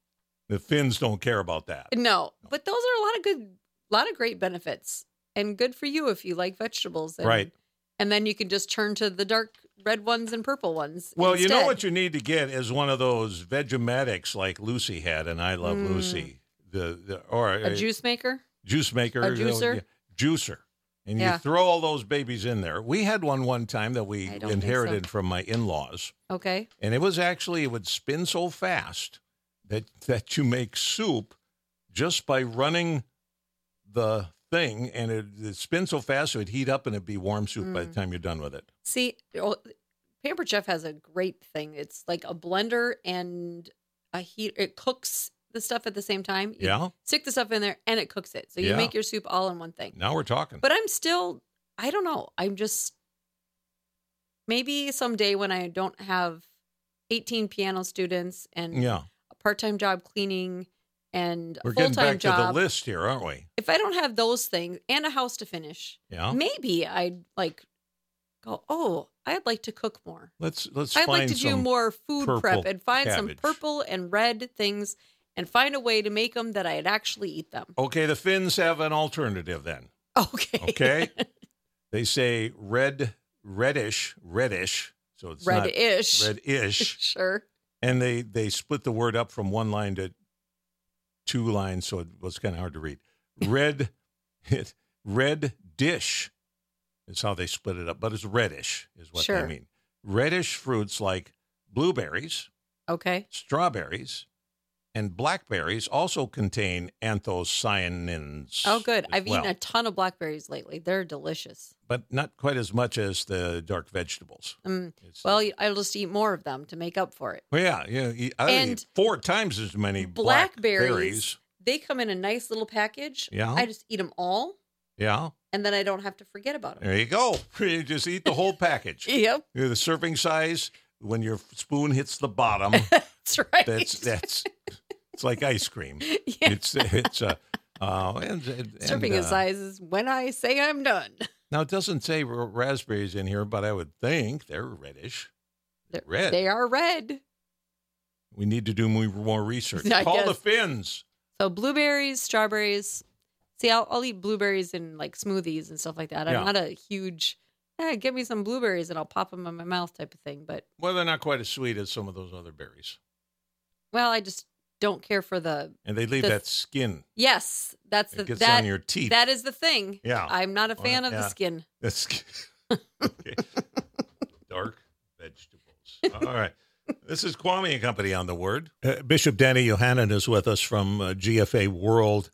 Speaker 2: The Finns don't care about that.
Speaker 3: no, but those are a lot of good, lot of great benefits and good for you if you like vegetables. And,
Speaker 2: Right.
Speaker 3: And then you can just turn to the dark red ones and purple ones.
Speaker 2: Well, you know what you need to get is one of those Vegematics like Lucy had, and I love
Speaker 3: Mm.
Speaker 2: Lucy. The, the or uh,
Speaker 3: A juice maker?
Speaker 2: juice maker,
Speaker 3: a
Speaker 2: you know,
Speaker 3: juicer?
Speaker 2: yeah, juicer, and
Speaker 3: Yeah.
Speaker 2: you throw all those babies in there. We had one one time that we
Speaker 3: I don't think
Speaker 2: inherited from my in-laws,
Speaker 3: Okay.
Speaker 2: and it was actually it would spin so fast that that you make soup just by running the thing, and it, it spins so fast it would heat up and it'd be warm soup by the
Speaker 3: Mm.
Speaker 2: time you're done with it.
Speaker 3: See, oh, Pamper Chef has a great thing. It's like a blender and a heat. It cooks the stuff at the same time. You
Speaker 2: Yeah,
Speaker 3: Stick the stuff in there and it cooks it. So you
Speaker 2: Yeah.
Speaker 3: make your soup all in one thing.
Speaker 2: now we're talking.
Speaker 3: But I'm still, I don't know. I'm just, maybe someday when I don't have 18 piano students and
Speaker 2: yeah.
Speaker 3: a part time job cleaning and a
Speaker 2: We're
Speaker 3: full
Speaker 2: getting
Speaker 3: time
Speaker 2: back to the
Speaker 3: job,
Speaker 2: list here, aren't we?
Speaker 3: if I don't have those things and a house to finish,
Speaker 2: Yeah.
Speaker 3: maybe I'd like go, oh, I'd like to cook more.
Speaker 2: Let's let's
Speaker 3: I'd
Speaker 2: find
Speaker 3: like to do
Speaker 2: some
Speaker 3: more food prep
Speaker 2: purple
Speaker 3: and find some
Speaker 2: cabbage."
Speaker 3: purple and red things and find a way to make them that I'd actually eat them.
Speaker 2: Okay, the Finns have an alternative then.
Speaker 3: Okay.
Speaker 2: Okay. they say red, reddish, reddish. So it's not
Speaker 3: Red-ish.
Speaker 2: reddish.
Speaker 3: Sure.
Speaker 2: And they they split the word up from one line to two lines, so it was kind of hard to read. Red, it, red dish is how they split it up, but it's reddish is what
Speaker 3: Sure.
Speaker 2: they mean. Reddish fruits like blueberries,
Speaker 3: Okay.
Speaker 2: strawberries, and blackberries also contain anthocyanins.
Speaker 3: Oh, good. I've
Speaker 2: eaten
Speaker 3: eaten a ton of blackberries lately. They're delicious.
Speaker 2: but not quite as much as the dark vegetables.
Speaker 3: Mm.
Speaker 2: It's-
Speaker 3: Well, I'll just eat more of them to make up for it.
Speaker 2: Well, yeah, yeah. you- I would eat
Speaker 3: And
Speaker 2: four times as many
Speaker 3: blackberries.
Speaker 2: blackberries.
Speaker 3: They come in a nice little package.
Speaker 2: Yeah.
Speaker 3: I just eat them all,
Speaker 2: Yeah,
Speaker 3: and then I don't have to forget about them.
Speaker 2: there you go. You just eat the whole package.
Speaker 3: Yep,
Speaker 2: You're the serving size when your spoon hits the bottom.
Speaker 3: that's right.
Speaker 2: That's that's. It's like ice cream.
Speaker 3: yeah.
Speaker 2: It's it's a. Uh, and, and,
Speaker 3: Serving
Speaker 2: and,
Speaker 3: of
Speaker 2: uh,
Speaker 3: sizes when I say I'm done.
Speaker 2: Now it doesn't say r- raspberries in here, but I would think they're reddish.
Speaker 3: They're-
Speaker 2: red.
Speaker 3: They are red.
Speaker 2: We need to do more- more research.
Speaker 3: I
Speaker 2: Call
Speaker 3: guess.
Speaker 2: the Finns.
Speaker 3: So blueberries, strawberries. See, I'll, I'll eat blueberries in like smoothies and stuff like that. I'm
Speaker 2: Yeah.
Speaker 3: not a huge, eh, give me some blueberries and I'll pop them in my mouth type of thing. But
Speaker 2: Well, they're not quite as sweet as some of those other berries.
Speaker 3: well, I just don't care for the.
Speaker 2: And they leave
Speaker 3: The-
Speaker 2: that skin.
Speaker 3: Yes, that's the
Speaker 2: It gets
Speaker 3: that
Speaker 2: on your teeth.
Speaker 3: that is the thing.
Speaker 2: Yeah.
Speaker 3: I'm not a
Speaker 2: Well,
Speaker 3: fan of
Speaker 2: yeah.
Speaker 3: the skin.
Speaker 2: That's okay. Dark vegetables. All right. This is Kwame and Company on the Word. Uh, Bishop Danny Yohannan is with us from uh, GFA World.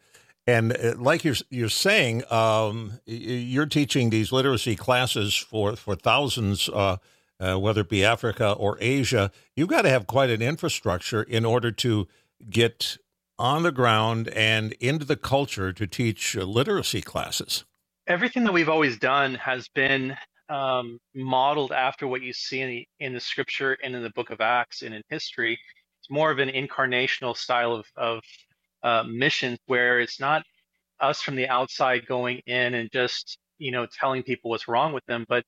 Speaker 2: And uh, like you're, you're saying, um, y- y- you're teaching these literacy classes for, for thousands, uh, uh, whether it be Africa or Asia. You've got to have quite an infrastructure in order to get on the ground and into the culture to teach uh, literacy classes.
Speaker 5: everything that we've always done has been um, modeled after what you see in the, in the scripture and in the book of acts and in history it's more of an incarnational style of, of uh, mission where it's not us from the outside going in and just you know telling people what's wrong with them but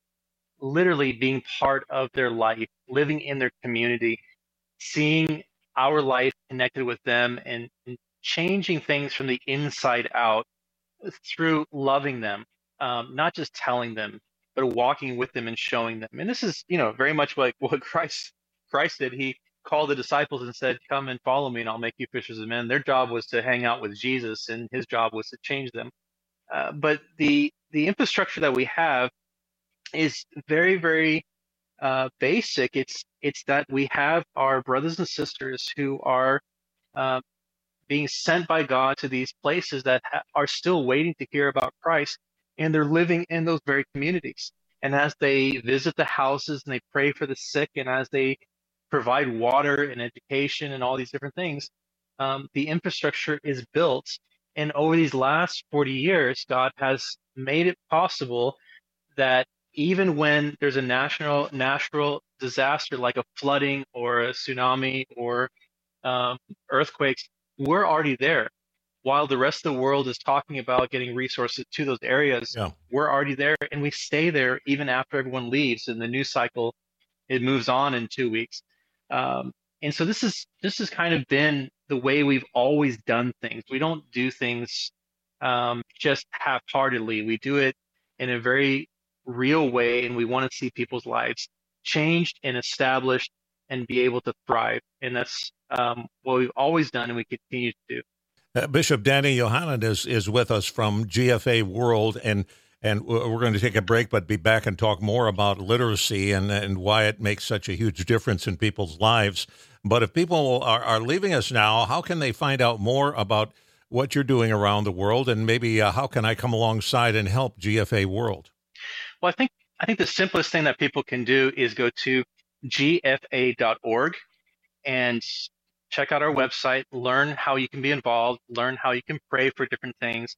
Speaker 5: literally being part of their life living in their community seeing our life connected with them and, and changing things from the inside out through loving them, um, not just telling them, but walking with them and showing them. And this is, you know, very much like what Christ Christ did. He called the disciples and said, "Come and follow me, and I'll make you fishers of men." Their job was to hang out with Jesus, and his job was to change them. Uh, but the the infrastructure that we have is very, very uh, basic. It's it's that we have our brothers and sisters who are uh, being sent by God to these places that ha- are still waiting to hear about Christ, and they're living in those very communities. And as they visit the houses and they pray for the sick, and as they provide water and education and all these different things, um, the infrastructure is built. And over these last 40 years, God has made it possible that even when there's a national natural disaster like a flooding or a tsunami or um, earthquakes, we're already there. While the rest of the world is talking about getting resources to those areas,
Speaker 2: Yeah.
Speaker 5: we're already there and we stay there even after everyone leaves and the news cycle it moves on in two weeks. Um, and so this is this has kind of been the way we've always done things. We don't do things um, just half-heartedly. We do it in a very real way, and we want to see people's lives changed and established and be able to thrive. And that's um, what we've always done and we continue to do.
Speaker 2: Uh, Bishop Danny Yohannan is, is with us from GFA World, and and w- we're going to take a break, but be back and talk more about literacy and, and why it makes such a huge difference in people's lives. But if people are, are leaving us now, how can they find out more about what you're doing around the world, and maybe uh, how can I come alongside and help GFA World?
Speaker 5: Well, I think I think the simplest thing that people can do is go to gfa.org and check out our website, learn how you can be involved, learn how you can pray for different things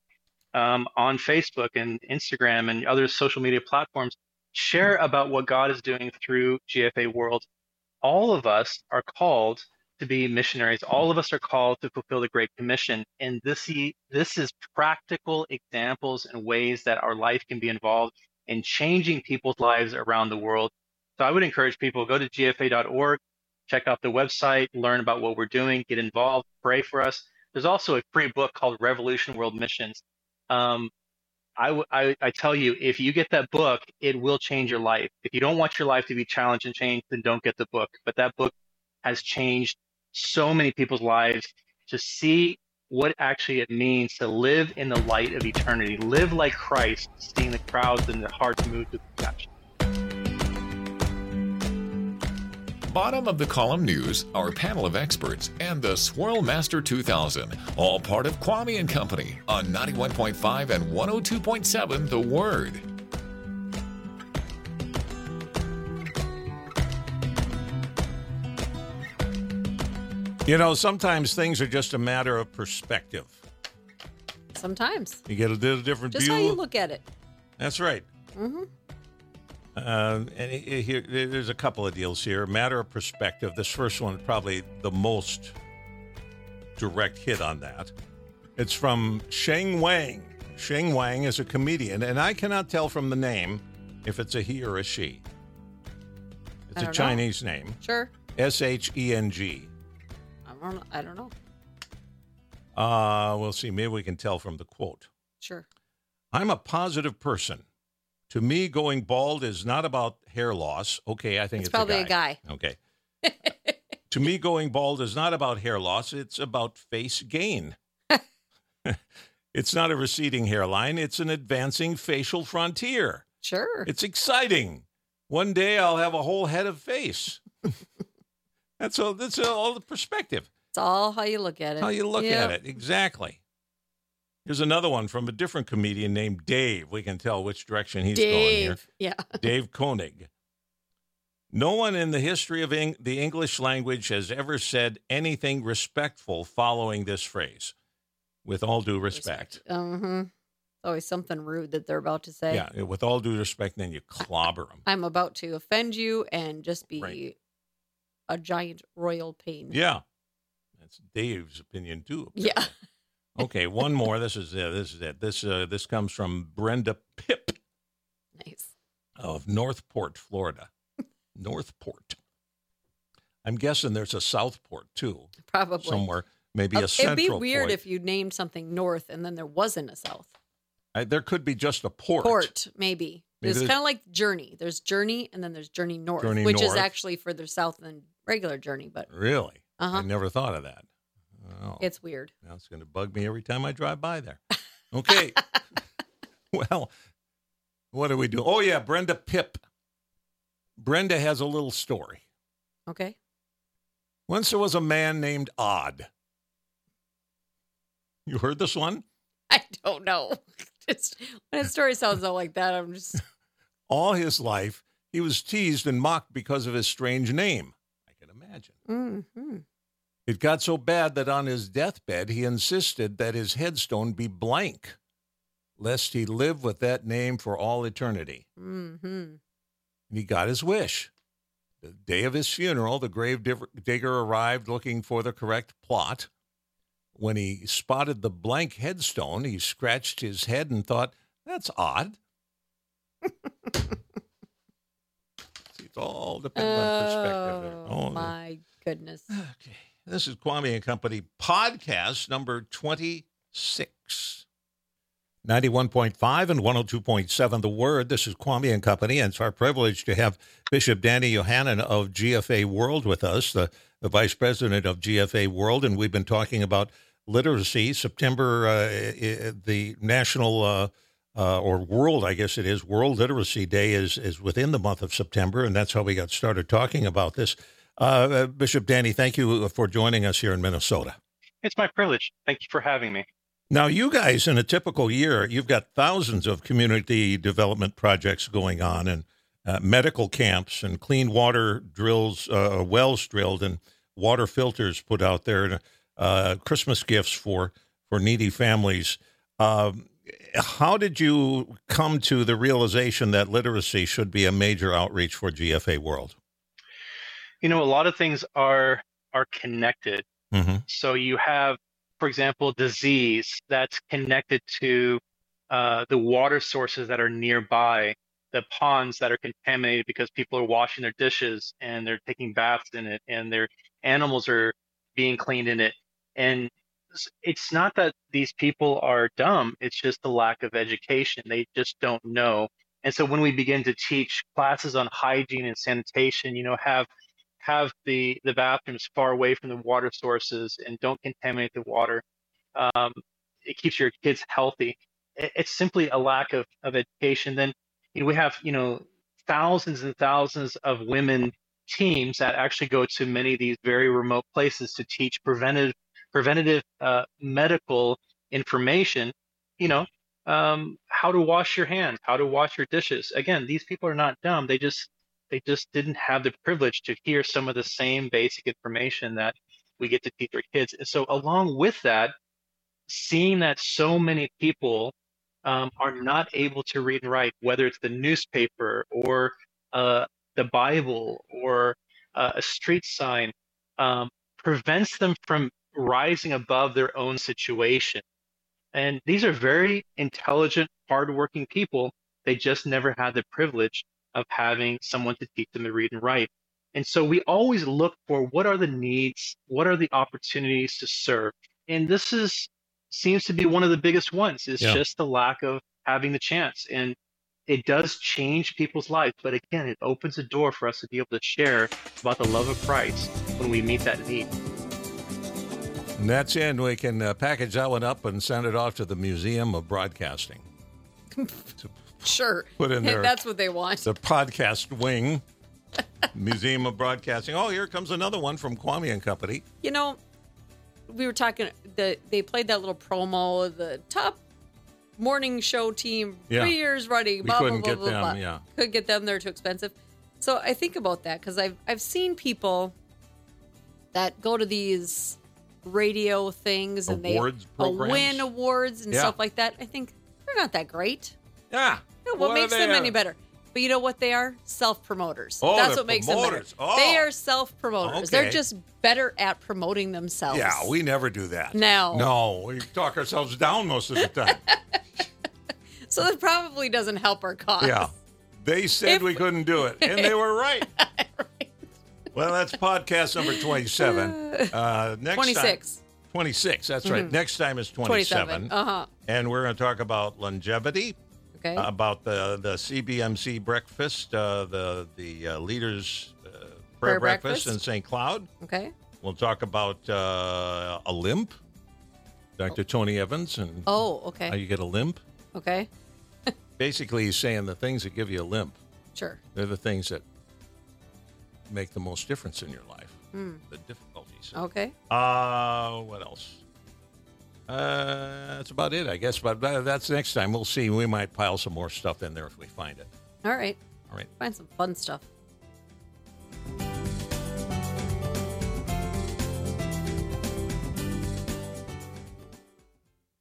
Speaker 5: um, on Facebook and Instagram and other social media platforms. Share about what God is doing through GFA World. All of us are called to be missionaries. All of us are called to fulfill the Great Commission. And e, this, this is practical examples and ways that our life can be involved and changing people's lives around the world. So I would encourage people go to gfa.org, check out the website, learn about what we're doing, get involved, pray for us. There's also a free book called Revolution World Missions. Um, I, w- I, I tell you, if you get that book, it will change your life. If you don't want your life to be challenged and changed, then don't get the book. But that book has changed so many people's lives to see what actually it means to live in the light of eternity, live like Christ, seeing the crowds and the hearts moved with compassion.
Speaker 1: Bottom of the column news, our panel of experts, and the Swirl Master 2000, all part of Kwame and Company on 91.5 and 102.7 The Word.
Speaker 2: You know, sometimes things are just a matter of perspective.
Speaker 3: Sometimes.
Speaker 2: You get a little different
Speaker 3: Just
Speaker 2: view.
Speaker 3: how you look at it.
Speaker 2: That's right.
Speaker 3: hmm
Speaker 2: Uh, and it- it- here, there- there's a couple of deals here. Matter of perspective. This first one probably the most direct hit on that. It's from Sheng Wang. Sheng Wang is a comedian, and I cannot tell from the name if it's a he or a she. It's
Speaker 3: I
Speaker 2: a
Speaker 3: don't know.
Speaker 2: Chinese name.
Speaker 3: Sure.
Speaker 2: S H E N G.
Speaker 3: I don't, I don't know.
Speaker 2: Uh, we'll see. Maybe we can tell from the quote.
Speaker 3: Sure.
Speaker 2: I'm a positive person. To me, going bald is not about hair loss. Okay, I think
Speaker 3: It's
Speaker 2: it's,
Speaker 3: probably a guy.
Speaker 2: Okay. to me, going bald is not about hair loss. It's about face gain. it's not a receding hairline. It's an advancing facial frontier.
Speaker 3: Sure.
Speaker 2: It's exciting. One day I'll have a whole head of face. that's all. That's all the perspective.
Speaker 3: It's all how you look at it.
Speaker 2: How you look
Speaker 3: Yep.
Speaker 2: at it. Exactly. Here's another one from a different comedian named Dave. We can tell which direction he's going here.
Speaker 3: Dave. Yeah.
Speaker 2: Dave Koenig. No one in the history of Eng- the English language has ever said anything respectful following this phrase. With all due respect.
Speaker 3: Mm-hmm. Always something rude that they're about to say.
Speaker 2: Yeah, with all due respect, then you clobber them.
Speaker 3: I'm about to offend you and just be
Speaker 2: Right.
Speaker 3: a giant royal pain.
Speaker 2: Yeah. That's Dave's opinion too.
Speaker 3: Yeah.
Speaker 2: Okay, one more. This is it. This is it. This uh, this comes from Brenda Pip
Speaker 3: Nice.
Speaker 2: of Northport, Florida. Northport. I'm guessing there's a Southport too
Speaker 3: Probably.
Speaker 2: somewhere. Maybe
Speaker 3: Uh,
Speaker 2: a central.
Speaker 3: It'd be weird
Speaker 2: point.
Speaker 3: if you named something north and then there wasn't a south.
Speaker 2: I, there could be just a port.
Speaker 3: Port, maybe.
Speaker 2: Maybe
Speaker 3: it's
Speaker 2: there's-
Speaker 3: kind of like Journey. There's Journey and then there's Journey North,
Speaker 2: Journey
Speaker 3: which is
Speaker 2: North.
Speaker 3: actually further south than regular Journey, but
Speaker 2: Really? I
Speaker 3: uh-huh.
Speaker 2: never thought of that. Oh,
Speaker 3: it's weird.
Speaker 2: now it's going to bug me every time I drive by there. Okay. well, what do we do? Oh yeah, Brenda Pip. Brenda has a little story.
Speaker 3: Okay.
Speaker 2: Once there was a man named Odd. You heard this one?
Speaker 3: I don't know. just when a story sounds out like that, I'm just
Speaker 2: All his life, he was teased and mocked because of his strange name. I can imagine.
Speaker 3: mm-hmm.
Speaker 2: It got so bad that on his deathbed he insisted that his headstone be blank, lest he live with that name for all eternity.
Speaker 3: Mm-hmm.
Speaker 2: And he got his wish. The day of his funeral, the grave div- digger arrived looking for the correct plot. When he spotted the blank headstone, he scratched his head and thought, that's odd. See, it's all dependent on perspective. there.
Speaker 3: Oh, my goodness.
Speaker 2: Okay. This is Kwame and Company podcast number 26. 91.5 and 102.7 The Word. This is Kwame and Company, and it's our privilege to have Bishop Danny Yohannan of GFA World with us, the, the Vice President of GFA World. And we've been talking about literacy. September, uh, i- i- the National uh, uh, or World, I guess it is, World Literacy Day is, is within the month of September, and that's how we got started talking about this. Uh, uh, Bishop Danny, thank you uh, for joining us here in Minnesota.
Speaker 5: It's my privilege. Thank you for having me.
Speaker 2: Now, you guys, in a typical year, you've got thousands of community development projects going on, and uh, medical camps, and clean water drills, uh, wells drilled, and water filters put out there, and uh, Christmas gifts for for needy families. Um, how did you come to the realization that literacy should be a major outreach for GFA World?
Speaker 5: You know, a lot of things are are connected.
Speaker 2: Mm-hmm.
Speaker 5: So you have, for example, disease that's connected to uh, the water sources that are nearby. the ponds that are contaminated because people are washing their dishes and they're taking baths in it and their animals are being cleaned in it and it's- it's not that these people are dumb it's just the lack of education they just don't know and so when we begin to teach classes on hygiene and sanitation you know have have the the bathrooms far away from the water sources and don't contaminate the water um, it keeps your kids healthy It- it's simply a lack of, of education then you know, we have you know thousands and thousands of women teams that actually go to many of these very remote places to teach preventive preventative uh, medical information you know um, how to wash your hands how to wash your dishes again these people are not dumb they just they just didn't have the privilege to hear some of the same basic information that we get to teach our kids and so along with that seeing that so many people um, are not able to read and write, whether it's the newspaper or uh, the Bible or uh, a street sign, um, prevents them from rising above their own situation. And these are very intelligent, hardworking people. They just never had the privilege of having someone to teach them to read and write. And so we always look for what are the needs, what are the opportunities to serve. And this is seems to be one of the biggest ones is
Speaker 7: Yeah.
Speaker 5: just the lack of having the chance and it does change people's lives but again it opens a door for us to be able to share about the love of christ when we meet that need
Speaker 2: And that's in. We can uh, package that one up and send it off to the Museum of Broadcasting.
Speaker 3: Sure.
Speaker 2: Put in there.
Speaker 3: That's what they want.
Speaker 2: the podcast wing, Museum of Broadcasting. Oh, here comes another one from Kwame and Company.
Speaker 3: You know, we were talking the they played that little promo, of the top morning show team
Speaker 2: Yeah.
Speaker 3: three years running.
Speaker 2: We
Speaker 3: Blah,
Speaker 2: couldn't
Speaker 3: blah, blah,
Speaker 2: get
Speaker 3: blah,
Speaker 2: them,
Speaker 3: blah.
Speaker 2: yeah.
Speaker 3: Could get them, they're too expensive. So I think about that because I've I've seen people that go to these radio things and
Speaker 2: Awards
Speaker 3: they uh,
Speaker 2: programs?
Speaker 3: win awards and
Speaker 2: Yeah.
Speaker 3: stuff like that. I think they're not that great.
Speaker 2: Yeah.
Speaker 3: No, what,
Speaker 2: are
Speaker 3: makes
Speaker 2: they?
Speaker 3: them any better? But you know what they are? Self promoters.
Speaker 2: Oh,
Speaker 3: That's
Speaker 2: they're
Speaker 3: what makes
Speaker 2: promoters.
Speaker 3: them better.
Speaker 2: Oh.
Speaker 3: They are self promoters.
Speaker 2: Okay.
Speaker 3: They're just better at promoting themselves.
Speaker 2: Yeah, we never do that.
Speaker 3: No.
Speaker 2: No, we talk ourselves down most of the time.
Speaker 3: So that probably doesn't help our cause.
Speaker 2: yeah. They said
Speaker 3: If-
Speaker 2: we couldn't do it, and they were right. Well, that's podcast number 27. Uh, next time-
Speaker 3: 26.
Speaker 2: 26, that's right. Next time is 27.
Speaker 3: 27. Mm-hmm. Uh huh.
Speaker 2: And we're going to talk about longevity.
Speaker 3: Okay.
Speaker 2: about the the CBMC breakfast, uh, the the uh, leaders uh, prayer,
Speaker 3: Prayer
Speaker 2: breakfast,
Speaker 3: breakfast.
Speaker 2: in St. Cloud.
Speaker 3: okay.
Speaker 2: We'll talk about uh, a limp. Dr. Tony Evans and
Speaker 3: Oh,
Speaker 2: how
Speaker 3: okay.
Speaker 2: you get a limp.
Speaker 3: Okay.
Speaker 2: Basically, he's saying the things that give you a limp,
Speaker 3: Sure.
Speaker 2: they're the things that make the most difference in your life.
Speaker 3: Hmm.
Speaker 2: The difficulties.
Speaker 3: Okay.
Speaker 2: Uh, what else? Uh, that's about it, I guess. But tha- that's next time. We'll see. We might pile some more stuff in there if we find it.
Speaker 3: All right.
Speaker 2: All right.
Speaker 3: Find some fun stuff.